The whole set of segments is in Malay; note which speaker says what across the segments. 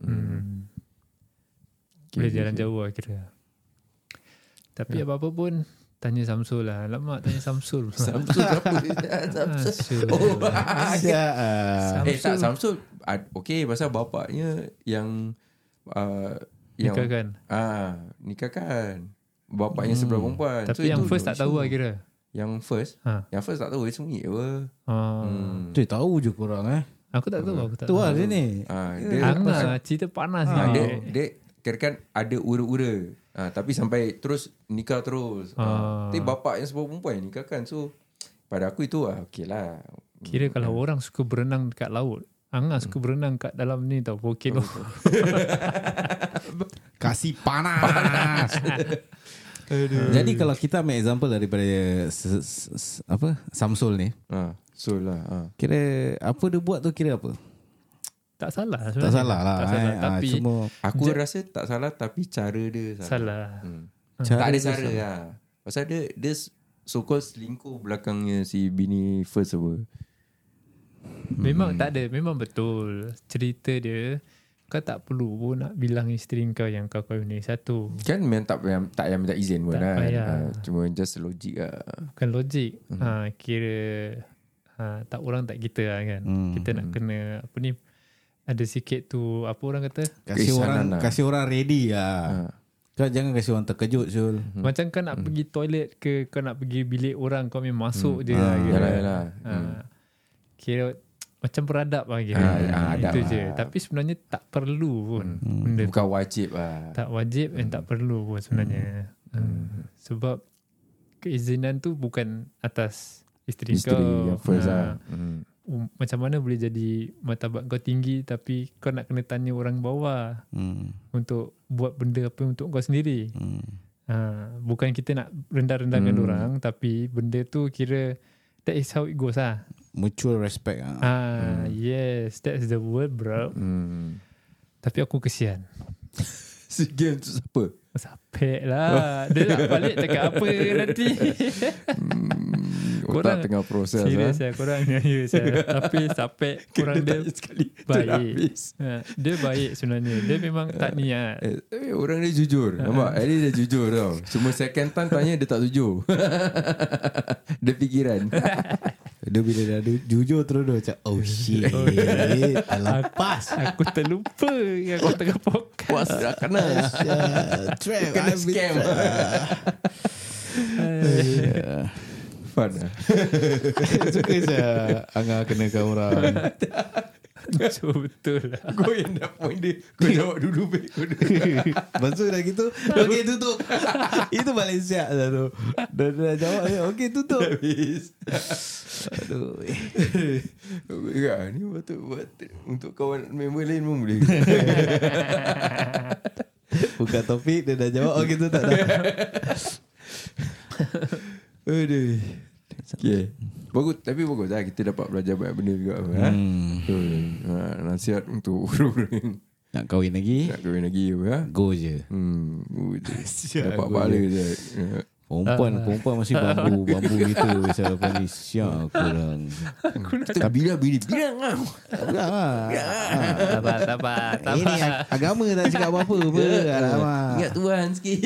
Speaker 1: Hmm. Boleh jalan jauh lah kira. Tapi apa-apa pun tanya Samsul lah. Alamak tanya Samsul. Ah,
Speaker 2: Samsul apa Samsul
Speaker 1: Samsul.
Speaker 2: Oh
Speaker 3: Siap.
Speaker 2: Eh
Speaker 1: Samsul.
Speaker 2: tak Samsul ad- Okay pasal bapaknya Yang uh, yang,
Speaker 1: Nikah kan.
Speaker 2: Ah, nikahkan Bapaknya hmm. sebelah perempuan
Speaker 1: Tapi yang
Speaker 2: itu
Speaker 1: first
Speaker 2: no
Speaker 1: tak tahu lah
Speaker 2: issue.
Speaker 1: kira.
Speaker 2: Yang first
Speaker 1: Ha.
Speaker 2: Yang first tak tahu Dia sembunyi apa
Speaker 1: Oh.
Speaker 2: hmm.
Speaker 3: Tu tahu je korang eh.
Speaker 1: Aku tak tahu aku tak
Speaker 3: Tu
Speaker 1: tahu.
Speaker 3: lah dia ni.
Speaker 2: Ah, dia,
Speaker 1: Angah cerita panas
Speaker 2: ah,
Speaker 1: ni.
Speaker 2: dia, dia kira kan ada ura-ura ah, Tapi sampai terus nikah terus
Speaker 1: Ah.
Speaker 2: ah. Tapi bapak yang sebelah perempuan yang nikahkan So pada aku itu ah, Okay lah
Speaker 1: Kira kalau orang suka berenang dekat laut. Angah suka berenang kat dalam ni tau. Volcano.
Speaker 3: Kasih panas. Jadi kalau kita ambil example daripada se- se- se- apa Samsul ni,
Speaker 2: ah, So lah ah.
Speaker 3: kira apa dia buat tu kira apa?
Speaker 1: tak salah
Speaker 3: Tak
Speaker 1: sebenarnya.
Speaker 3: salah lah.
Speaker 1: Hmm. Tak salah.
Speaker 3: eh. Ah,
Speaker 1: Tapi
Speaker 3: cuma
Speaker 2: Aku rasa tak salah Tapi cara dia salah,
Speaker 1: salah.
Speaker 2: Hmm.
Speaker 3: cara
Speaker 2: tak ada
Speaker 3: dia
Speaker 2: cara lah. Pasal dia dia so called selingkuh belakangnya si bini first apa.
Speaker 1: Memang tak ada Memang betul Cerita dia Kau tak perlu pun Nak bilang isteri kau Yang kau kahwin ni Satu
Speaker 2: Kan memang tak payah, tak payah minta izin pun
Speaker 1: Tak
Speaker 2: kan.
Speaker 1: payah.
Speaker 2: Ha, cuma just logik lah.
Speaker 1: Bukan logik ha, Kira ha, Tak orang tak kita lah kan
Speaker 3: Hmm.
Speaker 1: Kita nak kena Apa ni Ada sikit tu Apa orang kata
Speaker 3: Kasih
Speaker 2: Keisanan
Speaker 3: orang
Speaker 2: lah.
Speaker 3: kasih orang ready lah.
Speaker 1: Ah.
Speaker 2: Ha.
Speaker 3: Kau jangan kasih orang terkejut Syul.
Speaker 1: hmm. Macam kau nak pergi toilet ke Kau nak pergi bilik orang Kau main masuk hmm. je lah kira.
Speaker 2: Yalah, yalah. Hmm.
Speaker 1: Ha, Kira Macam beradab lah kira
Speaker 2: Ah, ya, adab
Speaker 1: Itu
Speaker 2: lah. Hmm.
Speaker 1: je Tapi sebenarnya tak perlu pun Benda
Speaker 2: Bukan wajib lah.
Speaker 1: tak wajib dan tak perlu pun sebenarnya. Hmm. Sebab keizinan tu bukan atas isteri,
Speaker 2: Isteri
Speaker 1: kau.
Speaker 2: yang
Speaker 1: Ha.
Speaker 2: first lah. Hmm.
Speaker 1: Um, Macam mana boleh jadi martabat kau tinggi tapi kau nak kena tanya orang bawah
Speaker 3: Hmm.
Speaker 1: untuk buat benda apa untuk kau sendiri.
Speaker 3: Hmm.
Speaker 1: Ha. Bukan kita nak rendah-rendahkan
Speaker 2: Hmm.
Speaker 1: orang tapi benda tu kira that is how it goes lah.
Speaker 3: Mutual respect ah.
Speaker 1: Ah, Yes, that's the word bro.
Speaker 2: Hmm.
Speaker 1: Tapi aku kesian.
Speaker 2: Si game tu siapa?
Speaker 1: Sapek lah. Dia nak balik cakap apa nanti.
Speaker 2: Hmm,
Speaker 1: Korang-
Speaker 2: otak tengah proses
Speaker 1: Serius
Speaker 2: lah.
Speaker 1: saya korang ni ya saya. Tapi sampai
Speaker 2: Kena
Speaker 1: korang dia
Speaker 2: tanya sekali.
Speaker 1: baik.
Speaker 2: Terhabis.
Speaker 1: Ha, dia baik sebenarnya. Dia memang tak niat.
Speaker 2: Eh, tapi orang dia jujur
Speaker 1: Ah.
Speaker 2: Nampak At least dia jujur tau Cuma second time tanya Dia tak jujur Dia fikiran
Speaker 3: Dia bila dah du- jujur terus dia macam oh shit. Alah pas.
Speaker 1: Aku terlupa yang aku tengah podcast.
Speaker 2: Puas dah kena
Speaker 3: uh, Trap
Speaker 2: Kena scam Fun lah
Speaker 3: Suka saya Angah kena kau orang.
Speaker 1: So betul lah.
Speaker 2: Kau yang dah point dia Kau jawab dulu baik kau dulu
Speaker 3: Lepas tu dah gitu Okay tutup Itu paling siap dah tu Dah, dah jawab dia, Okay tutup
Speaker 2: Habis
Speaker 3: Aduh
Speaker 2: Aku cakap, Ya, Ni patut buat Untuk kawan member lain pun boleh
Speaker 3: Buka topik Dia dah jawab Okay tutup dah
Speaker 2: Aduh Okay Bagus Tapi bagus lah Kita dapat belajar banyak benda juga apa, ha? Hmm. Ha, Nasihat untuk orang-orang
Speaker 3: Nak kahwin lagi
Speaker 2: Nak kahwin lagi apa, ha?
Speaker 3: Go je
Speaker 2: Hmm, oh, dapat pahala je. Ya.
Speaker 3: Perempuan Perempuan masih bambu Bambu gitu Saya paling siap Kurang
Speaker 2: Kita bila bila bilang lah.
Speaker 3: Kurang lah
Speaker 1: Sabar, sabar,
Speaker 3: Ini ag- agama tak cakap apa-apa apa. Alamak
Speaker 2: Ingat Tuhan sikit.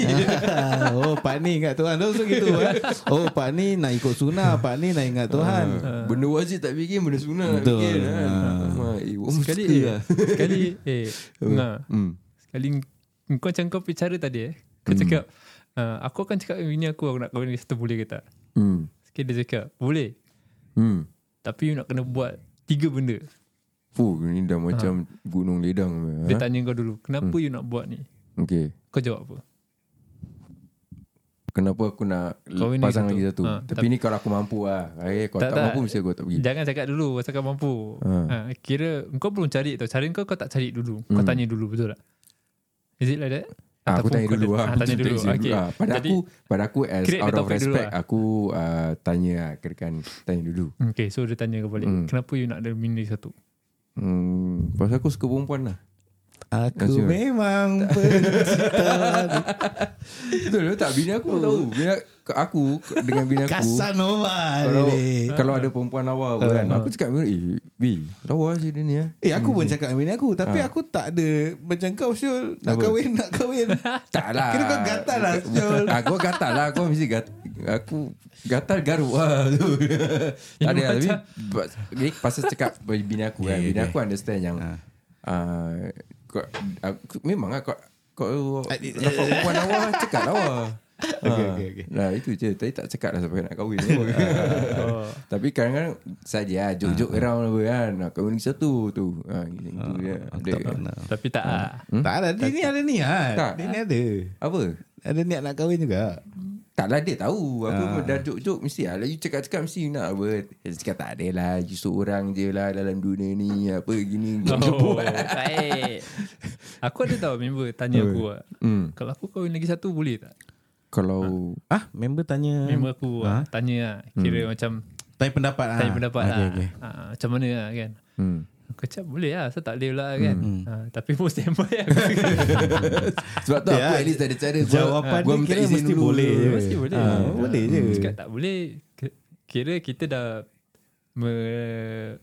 Speaker 3: oh Pak ni ingat Tuhan Terus gitu eh. Oh Pak ni nak ikut sunnah Pak ni nak ingat Tuhan
Speaker 2: Benda wajib tak fikir Benda sunnah nak
Speaker 3: Betul.
Speaker 2: fikir kan. Ha. Eh, orang
Speaker 1: Sekali
Speaker 2: suka
Speaker 1: eh,
Speaker 2: lah.
Speaker 1: sekali eh, nah,
Speaker 2: Hmm.
Speaker 1: sekali kau macam kau bicara tadi eh. Kau cakap, ah, aku akan cakap dengan bini aku, aku nak kahwin dengan satu boleh ke tak?
Speaker 2: Hmm.
Speaker 1: Sekali dia cakap, boleh.
Speaker 2: Hmm.
Speaker 1: Tapi you nak kena buat tiga benda.
Speaker 2: Fuh, ni dah macam gunung ledang. Ha?
Speaker 1: Dia tanya kau dulu, kenapa you nak buat ni?
Speaker 2: Okay.
Speaker 1: Kau jawab apa?
Speaker 2: Kenapa aku nak
Speaker 1: Kahwin lagi
Speaker 2: pasang
Speaker 1: satu.
Speaker 2: lagi satu?
Speaker 1: Ha,
Speaker 2: Tapi ni kalau aku mampu lah. Eh, kalau
Speaker 1: Tak,
Speaker 2: tak,
Speaker 1: tak.
Speaker 2: mampu, mesti aku tak pergi. Ah,
Speaker 1: Jangan cakap dulu pasal kau mampu. Ha.
Speaker 2: Ha.
Speaker 1: kira kau belum cari tau. Cari kau kau tak cari dulu. Kau tanya dulu betul tak? Is it like that?
Speaker 2: Hmm. Ah, aku
Speaker 1: Ataupun
Speaker 2: tanya
Speaker 1: kau
Speaker 2: dulu
Speaker 1: dah-
Speaker 2: lah.
Speaker 1: ah, tanya dulu. Okay.
Speaker 2: Ah, pada
Speaker 1: Jadi-
Speaker 2: aku, pada aku as
Speaker 1: Create the
Speaker 2: out of
Speaker 1: topic dulu
Speaker 2: respect,
Speaker 1: lah.
Speaker 2: aku ah, tanya lah. Kira kan, tanya dulu.
Speaker 1: Okay, so dia tanya kau balik. Kenapa you nak ada bini satu?
Speaker 2: Hmm, pasal aku suka perempuan lah.
Speaker 3: ah. Aku
Speaker 2: Nasib.
Speaker 3: memang pencinta
Speaker 2: Betul tak bini aku pun tahu. Oh. Bini aku dengan bini aku.
Speaker 3: Casanova
Speaker 2: Kalau
Speaker 3: ni.
Speaker 2: kalau ada perempuan lawa pun kan. Aku cakap dengan dia, "Eh, B, lawa sih dia ni ya."
Speaker 3: Eh aku pun cakap dengan bini aku Tapi aku tak ada Macam kau Syul
Speaker 2: Ah.
Speaker 3: Nak
Speaker 2: Apa?
Speaker 3: kahwin Nak kahwin
Speaker 2: Tak lah.
Speaker 3: Kira kau gatal lah Syul
Speaker 2: Aku gatal lah Aku mesti gat, Aku gatal garuk lah tu. Tak ada lah. Tapi but- ni Pasal cakap Bini aku kan
Speaker 3: Yeah,
Speaker 2: Bini
Speaker 3: yeah.
Speaker 2: aku understand yang ah, kau- aku- Memang lah Kau Kau Dapat perempuan lawa Cakap lawa
Speaker 3: Ah, Okay,
Speaker 2: Ah,
Speaker 3: okay, okay.
Speaker 2: Nah itu je Tadi tak cakap lah Sampai nak kahwin Ah.
Speaker 1: Oh.
Speaker 2: Tapi kadang-kadang Saja lah Jok-jok around apa kan Nak kahwin lagi satu tu ha, Itu je
Speaker 3: Aku
Speaker 2: Dia-
Speaker 3: tak pernah
Speaker 1: Tapi tak ah.
Speaker 3: Tak ada Dia ni ada niat
Speaker 2: Hmm? Tak.
Speaker 3: Dia ni ada
Speaker 2: Apa
Speaker 3: Ada niat nak kahwin juga
Speaker 2: Taklah dia tahu Aku
Speaker 3: Ah.
Speaker 2: pun dah joke-joke Mesti lah You cakap-cakap mesti you nak apa Dia cakap tak ada lah You seorang je lah Dalam dunia ni Apa gini
Speaker 1: Oh,
Speaker 2: oh.
Speaker 1: baik. Aku ada tau member tanya aku ah.
Speaker 2: Hmm.
Speaker 1: Kalau aku kahwin lagi satu boleh tak?
Speaker 2: Kalau
Speaker 3: Ah member tanya
Speaker 1: Member aku ah, tanya ah,
Speaker 2: Hmm.
Speaker 1: kira macam
Speaker 3: Tanya pendapat ha.
Speaker 1: tanya pendapat
Speaker 3: okay,
Speaker 2: ha.
Speaker 1: lah.
Speaker 3: okay.
Speaker 1: Ah, macam mana lah kan.
Speaker 2: hmm.
Speaker 1: Aku cakap boleh lah Saya tak boleh pula kan ah, Tapi pun standby lah. aku
Speaker 2: Sebab tu
Speaker 3: Ya,
Speaker 2: aku at least ada cara Gua-
Speaker 3: Jawapan
Speaker 2: gua
Speaker 3: dia
Speaker 2: minta
Speaker 3: kira
Speaker 2: izin
Speaker 3: mesti
Speaker 2: dulu.
Speaker 3: boleh je.
Speaker 1: Mesti boleh lah. Hmm,
Speaker 3: Ah, boleh je.
Speaker 1: Cakap tak boleh ki- Kira kita dah me-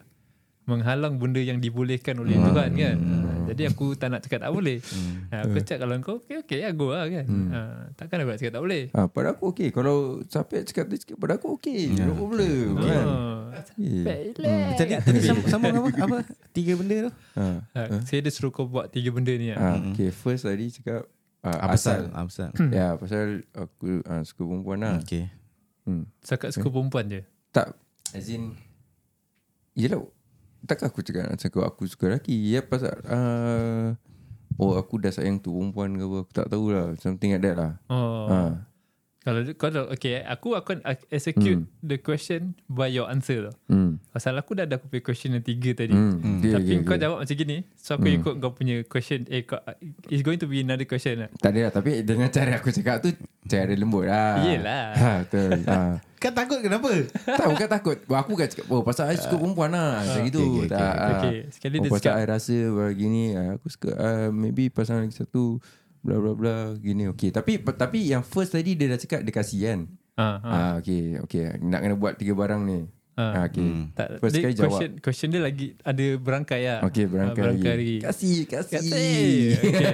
Speaker 1: Menghalang benda yang dibolehkan oleh
Speaker 3: Hmm.
Speaker 1: Tuhan kan Ah, Jadi aku tak nak cakap tak boleh Ah, Aku
Speaker 3: Hmm.
Speaker 1: cakap kalau kau Okay okay ya go lah kan Ah, Takkan aku nak cakap tak boleh
Speaker 2: ha, Pada aku okey Kalau sampai cakap dia cakap Pada aku okey
Speaker 3: Ya,
Speaker 2: No problem kan?
Speaker 1: Ah,
Speaker 2: Yeah.
Speaker 3: Hmm, Macam ni tadi sama, sama apa? apa? Tiga benda tu
Speaker 2: ha.
Speaker 1: Ah, Saya dia suruh kau buat tiga benda
Speaker 3: Ya,
Speaker 1: ni
Speaker 3: Ah.
Speaker 2: Ha.
Speaker 1: lah.
Speaker 2: Okay first tadi cakap ah,
Speaker 3: Apasal
Speaker 2: Asal
Speaker 3: Apasal
Speaker 2: Ya pasal Aku ah, suka perempuan lah
Speaker 3: Okay
Speaker 2: hmm.
Speaker 1: Cakap
Speaker 3: Eh.
Speaker 1: suka perempuan je
Speaker 2: Tak As in Yelah Takkan aku cakap Macam kau aku suka lelaki Ya pasal uh, Oh aku dah sayang tu perempuan ke apa Aku tak tahulah Something like that lah
Speaker 1: Oh
Speaker 2: oh. ha.
Speaker 3: Ah.
Speaker 1: Kalau kau dah, okay, aku akan ac-
Speaker 3: Hmm.
Speaker 1: execute the question by your answer tau.
Speaker 2: hmm.
Speaker 1: Pasal aku dah ada aku punya question yang tiga tadi.
Speaker 2: Hmm. Hmm. Okay,
Speaker 1: Tapi
Speaker 2: okay,
Speaker 1: kau
Speaker 2: okay.
Speaker 1: jawab macam gini. So
Speaker 2: Hmm.
Speaker 1: aku ikut kau punya question. Eh, kau, it's going to be another question lah.
Speaker 2: Tak ada lah Tapi dengan cara aku cakap tu Cara lembut lah
Speaker 1: Yelah.
Speaker 2: ha, Betul ha.
Speaker 3: Kau Kan takut kenapa?
Speaker 2: Tak bukan takut Aku kan cakap oh, Pasal saya suka perempuan lah Macam gitu
Speaker 3: okay, okay,
Speaker 2: tak, ah.
Speaker 1: okay. Sekali
Speaker 2: oh,
Speaker 1: dia
Speaker 2: Pasal
Speaker 1: cakap-
Speaker 2: saya rasa Begini Aku suka ah, Maybe pasangan lagi satu Bla bla bla Gini okay Tapi tapi yang first tadi Dia dah cakap Dia kasih kan
Speaker 1: Ha, ha.
Speaker 2: Ah, okay, okay. Nak kena buat tiga barang ni.
Speaker 1: Ah.
Speaker 2: Ah, okay.
Speaker 1: Tak,
Speaker 2: First
Speaker 1: dia
Speaker 2: sekali jawab.
Speaker 1: question, question dia lagi ada berangkai lah.
Speaker 2: Okay, berangkai,
Speaker 1: Ah, berangkai
Speaker 2: lagi.
Speaker 1: lagi.
Speaker 2: Kasih, kasih.
Speaker 1: Okay.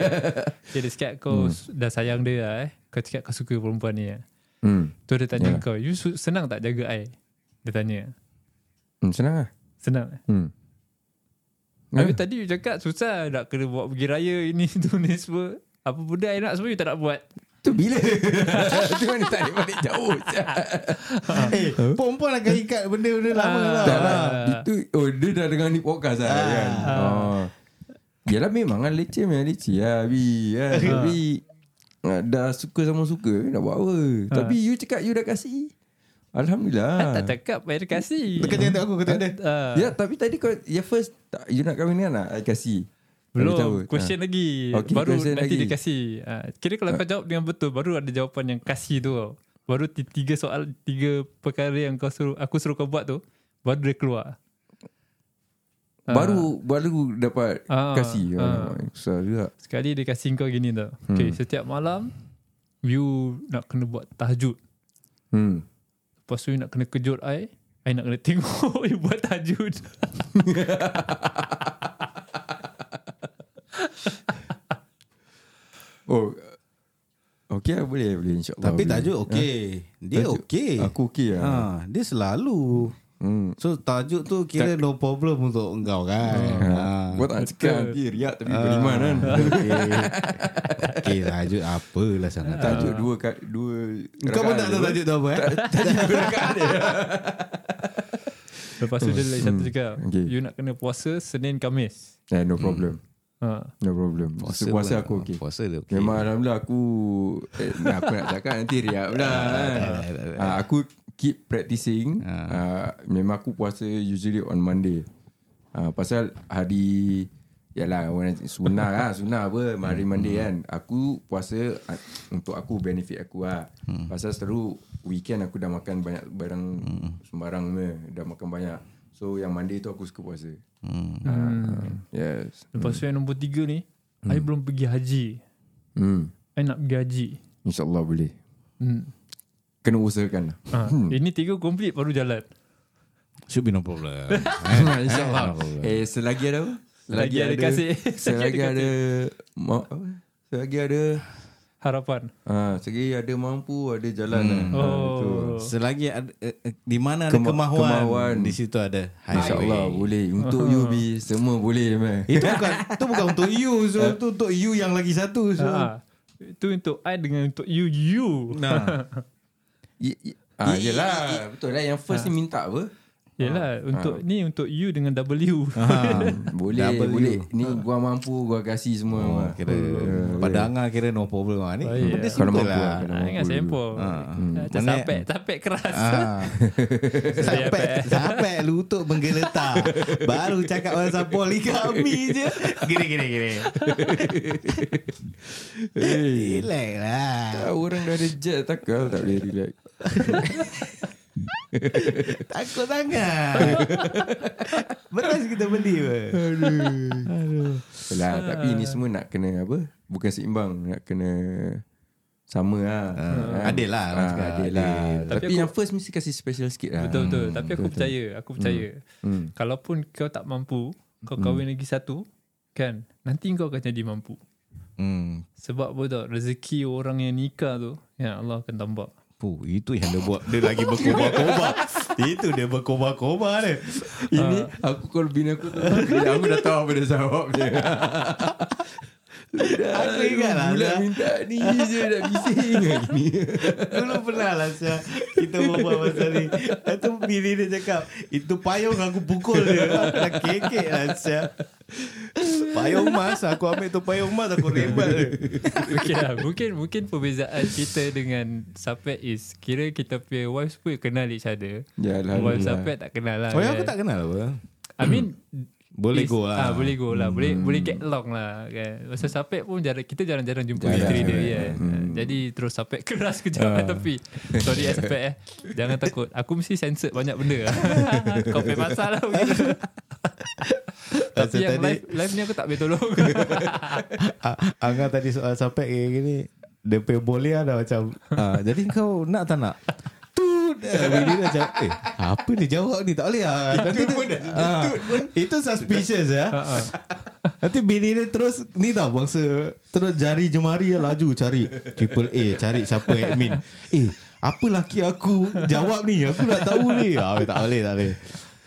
Speaker 1: okay, dia cakap kau hmm. dah sayang dia lah eh. Kau cakap kau suka perempuan ni lah.
Speaker 2: Hmm.
Speaker 1: Tu dia tanya
Speaker 2: Yeah.
Speaker 1: kau, you su- senang tak jaga I? Dia tanya.
Speaker 2: hmm senang lah.
Speaker 1: Senang eh?
Speaker 2: Hmm.
Speaker 1: Yeah. Habis tadi you cakap susah nak kena buat pergi raya ini tu ni semua. Apa benda I nak semua you tak nak buat.
Speaker 2: Tu bila? tu mana tarik balik jauh.
Speaker 3: eh, perempuan akan ikat benda-benda lama
Speaker 1: Ah.
Speaker 3: lah.
Speaker 2: tak lah. Itu, oh dia dah dengan ni podcast lah. Kan?
Speaker 1: Ah.
Speaker 2: Oh. Yalah memang kan leceh memang leceh lah. Bi, kan? Tapi ah, dah suka sama suka nak buat
Speaker 1: Ah.
Speaker 2: apa. Tapi you cakap you dah kasih.
Speaker 1: I
Speaker 2: Alhamdulillah.
Speaker 1: tak cakap bayar kasih.
Speaker 3: Dia kata untuk aku, kata dia.
Speaker 1: Ah,
Speaker 2: Ah. Ya tapi tadi kau Ya first tak, You nak kahwin kan I kasih
Speaker 1: belum question lagi.
Speaker 2: Ha. Okay,
Speaker 1: baru
Speaker 2: question
Speaker 1: nanti
Speaker 2: lagi. Ha.
Speaker 1: dia kasih. Ah, kira kalau kau jawab dengan betul baru ada jawapan yang kasih tu. Tau. Baru ti- tiga soal tiga perkara yang kau suruh aku suruh kau buat tu baru dia keluar. Ha.
Speaker 2: Ah. Baru Baru dapat
Speaker 1: Ah,
Speaker 2: Kasih Hmm.
Speaker 1: ah.
Speaker 2: Alamak, Susah juga
Speaker 1: Sekali dia kasih kau gini tau. Okay, setiap malam you nak kena buat tahajud.
Speaker 2: Hmm
Speaker 1: Lepas tu you nak kena kejut I I nak kena tengok You buat tajud
Speaker 2: Oh Okay lah boleh Boleh insyaAllah
Speaker 3: Tapi
Speaker 2: boleh. Eh?
Speaker 3: tajuk okey. Dia
Speaker 2: Tajuk.
Speaker 3: okey.
Speaker 2: Aku okey lah
Speaker 1: Ah.
Speaker 2: ha.
Speaker 3: Ha, dia selalu.
Speaker 2: hmm.
Speaker 3: So tajuk tu kira no problem untuk engkau kan. Ha.
Speaker 2: Gua Ah, tak nak cakap Nanti riak tapi
Speaker 3: Ah.
Speaker 2: beriman kan
Speaker 1: Ah.
Speaker 3: Okey. Okey, tajuk lah apalah sangat.
Speaker 2: Tajuk dua kat Dua
Speaker 3: Kau pun tak tahu tajuk tu apa eh?
Speaker 1: Lepas tu dia lagi satu cakap
Speaker 2: Hmm. Okay.
Speaker 1: You nak kena puasa Senin Kamis
Speaker 2: Eh no problem
Speaker 1: ha.
Speaker 2: No problem Puasa, puasa
Speaker 3: Hmm. lah.
Speaker 2: aku okey
Speaker 3: Puasa dia okey.
Speaker 2: Memang Alhamdulillah aku eh, nah, Aku nak cakap nanti riak pula kan. Ah, Aku keep practicing Ah, Memang aku puasa usually on Monday Ah, Pasal hari Yalah orang nak- Sunnah lah Sunnah apa Hari Monday kan Aku puasa ah, Untuk aku benefit aku lah Pasal seru Weekend aku dah makan banyak barang Sembarang ni Dah makan banyak
Speaker 1: Hmm.
Speaker 2: So yang Monday tu aku suka puasa Ah, Yes
Speaker 1: Lepas tu yang nombor tiga ni hmm. I belum pergi haji.
Speaker 2: Hmm.
Speaker 1: I nak pergi haji.
Speaker 2: InsyaAllah boleh.
Speaker 1: Hmm.
Speaker 2: Kena usahakan lah.
Speaker 1: Ha, Ini tiga complete baru jalan.
Speaker 3: Should be no
Speaker 2: Oh.
Speaker 3: problem.
Speaker 2: InsyaAllah. eh, selagi ada apa?
Speaker 1: Selagi ada kasih.
Speaker 2: Selagi ada... Ma- apa? Selagi ada...
Speaker 1: Harapan.
Speaker 2: Ah, selagi ada mampu, ada jalan hmm. lah. Ah, betul.
Speaker 1: Oh.
Speaker 3: Selagi ada, eh, eh, di mana ada
Speaker 2: Kema-
Speaker 3: kemahuan,
Speaker 2: kemahuan.
Speaker 3: di situ ada
Speaker 2: InsyaAllah
Speaker 3: highway.
Speaker 2: boleh. Untuk you, Bi. Semua boleh, man.
Speaker 3: Itu bukan itu bukan untuk you, so itu untuk you yang lagi satu. So.
Speaker 1: Ha. Itu untuk I dengan untuk you you.
Speaker 3: Nah.
Speaker 2: Ah, yelah. Betul lah. Yang first ni minta apa?
Speaker 1: Yalah untuk ni untuk you dengan W.
Speaker 3: Ha.
Speaker 2: Boleh,
Speaker 3: Double
Speaker 2: boleh. Ni gua mampu, gua kasih semua. Ha. Oh,
Speaker 3: Oh, kira pada Anga kira no problem ah ni.
Speaker 1: Oh, ya.
Speaker 3: Benda
Speaker 2: Kalau mampu
Speaker 3: simple
Speaker 2: lah.
Speaker 3: lah.
Speaker 1: Ha, dengan sempur. Ha. Macam
Speaker 3: Mana-
Speaker 1: sapek, sapek keras.
Speaker 3: Ah. sampai sampai lutut menggeletar. Baru cakap pasal poligami je. Gini gini gini. Relax lah.
Speaker 2: Ah, orang dah ada jet takal tak boleh relax.
Speaker 3: Takut sangat. Beras kita beli apa?
Speaker 2: Lah, tapi ni semua nak kena apa? Bukan seimbang, nak kena sama lah.
Speaker 3: Ah, adil lah orang
Speaker 2: Ah,
Speaker 3: cakap,
Speaker 2: adil lah.
Speaker 3: adil.
Speaker 2: Tapi,
Speaker 1: Tapi aku-
Speaker 2: yang first mesti kasih special sikit lah. Hmm.
Speaker 1: Betul betul. Tapi aku percaya, aku percaya. Kalaupun kau tak mampu, kau kahwin lagi satu, kan? Nanti kau akan jadi mampu.
Speaker 3: Hmm.
Speaker 1: Sebab apa tau, rezeki orang yang nikah tu, ya Allah akan tambah.
Speaker 3: Puh, itu yang dia buat. Dia lagi berkobar-kobar. itu dia berkobar-kobar dia.
Speaker 2: Ini aku call bini aku tu. bila aku dah tahu apa dia jawab dia.
Speaker 3: Aku ingat lah.
Speaker 2: Bulan
Speaker 3: Zah.
Speaker 2: minta ni je dah bising lagi ni.
Speaker 3: Dulu pernah lah Syah Kita berbual pasal ni Lepas tu Billy dia cakap Itu payung aku pukul dia Aku dah kekek lah Syah Payung mas Aku ambil tu payung mas Aku rebat dia
Speaker 1: Okey lah. Mungkin mungkin perbezaan kita dengan Sapet is kira kita punya wives pun kenal each other.
Speaker 2: Yalah.
Speaker 1: Wives Sapet tak kenal lah.
Speaker 3: Oh ya
Speaker 1: kan?
Speaker 3: aku tak kenal apa
Speaker 1: I mean
Speaker 3: Boleh
Speaker 1: is-
Speaker 3: go lah
Speaker 1: Ah, boleh go lah. Boleh boleh get along lah kan. Pasal Sapek pun jarang kita jarang-jarang jumpa
Speaker 3: Jarang,
Speaker 1: isteri dia
Speaker 3: jarang. Hmm. Ah.
Speaker 1: ya. Jadi terus Sapek keras kejap uh. tapi sorry eh, Sapek eh. Jangan takut. Aku mesti sensor banyak benda. lah. Kau punya pasal lah begitu. tapi
Speaker 3: Pasal
Speaker 1: yang
Speaker 3: tadi-
Speaker 1: live live ni aku tak boleh tolong.
Speaker 3: Ah, Angga tadi soal sampai kayak gini Dia punya boleh lah dah macam ah, Jadi kau nak tak nak Tut Ah, Billy dia macam Eh apa dia jawab ni Tak boleh lah Nanti dia- ah, Itu suspicious ya Nanti Billy dia terus Ni tau bangsa Terus jari jemari dia Laju cari Triple A Cari siapa admin Eh apa laki aku Jawab ni Aku nak tahu ni ah, Tak boleh tak boleh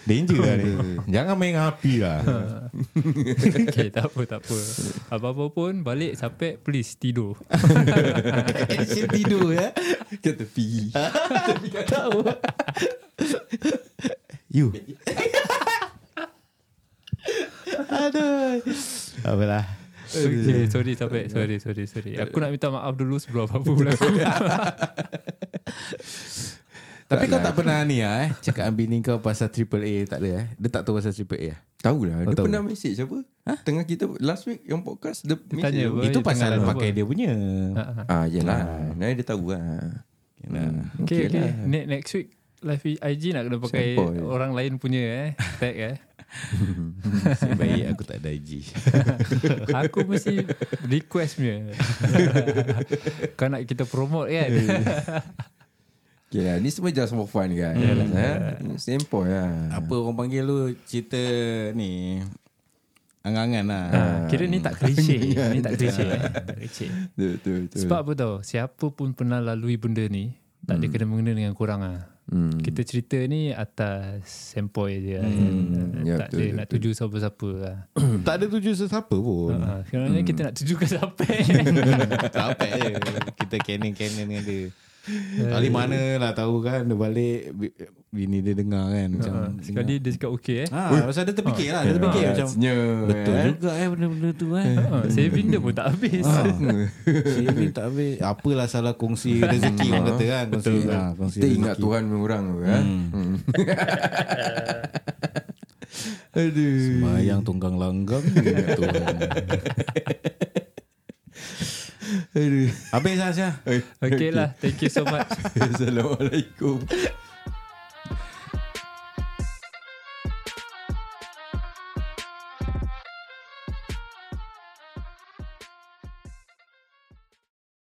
Speaker 3: Danger lah ni Jangan main api lah
Speaker 1: okay, tak apa, tak apa. Apa-apa pun balik Sapek please tidur.
Speaker 3: Action tidur ya
Speaker 2: Ke tepi.
Speaker 3: You Aduh Apalah
Speaker 1: Okay, sorry Sapek, sorry, sorry, sorry. Aku nak minta maaf dulu sebelum apa-apa berlaku.
Speaker 3: Tapi kau tak pernah ni lah eh Cakap dengan bini kau pasal triple A tak ada eh Dia tak tahu pasal triple A lah
Speaker 2: Tahu lah. Dia
Speaker 3: tahu.
Speaker 2: pernah message apa? Tengah kita last week yang podcast dia
Speaker 1: tanya
Speaker 2: message.
Speaker 1: apa?
Speaker 3: Itu
Speaker 1: dia
Speaker 3: pasal
Speaker 1: tengah
Speaker 3: pakai
Speaker 1: apa?
Speaker 3: dia punya
Speaker 1: Ha,
Speaker 2: Ah, yelah. Nah, dia tahu lah.
Speaker 1: Okay, okay. Ne- next week live IG nak kena pakai
Speaker 2: Sampul.
Speaker 1: orang lain punya eh tag eh.
Speaker 3: Nasib baik aku tak ada IG
Speaker 1: Aku mesti request punya. Kau nak kita promote kan?
Speaker 2: Okay lah, ni semua just for fun kan. Yalah. Ha? Simple lah.
Speaker 3: Apa orang panggil lu Cerita ni Angan-angan lah
Speaker 1: Ha, Kira ni tak klise. ni tak klise. eh. Tak klise.
Speaker 2: Betul, betul, betul.
Speaker 1: Sebab apa tau, siapa pun pernah lalui benda ni, tak
Speaker 2: Hmm.
Speaker 1: ada kena mengena dengan korang lah. Kita cerita ni atas sempoi je. lah.
Speaker 2: Ya,
Speaker 1: tak
Speaker 2: betul,
Speaker 1: ada nak tuju siapa-siapa lah.
Speaker 3: Tak ada tuju sesiapa pun
Speaker 1: Ha, Sebenarnya kita nak tuju ke siapa.
Speaker 3: Sampai je ya. Kita canon-canon dengan dia Kali mana lah tahu kan Dia balik bi- Bini dia dengar kan macam,
Speaker 1: Sekali dia cakap okay eh.
Speaker 3: Ha, pasal dia terfikir lah Dia terfikir macam
Speaker 2: Senyum, Ah,
Speaker 3: Betul
Speaker 2: eh.
Speaker 3: juga eh benda-benda tu eh
Speaker 1: Ha, saving dia pun tak habis.
Speaker 3: Ha. Saving tak habis Apalah salah kongsi rezeki orang kata kan Kongsi, ha, kongsi
Speaker 2: Kita Hmm, ingat Tuhan punya orang tu kan. Aduh.
Speaker 3: Bayang tunggang langgang ingat Tuhan
Speaker 2: Aduh.
Speaker 3: Habis Asya
Speaker 1: Okay lah Thank you so much
Speaker 2: Eh, Assalamualaikum.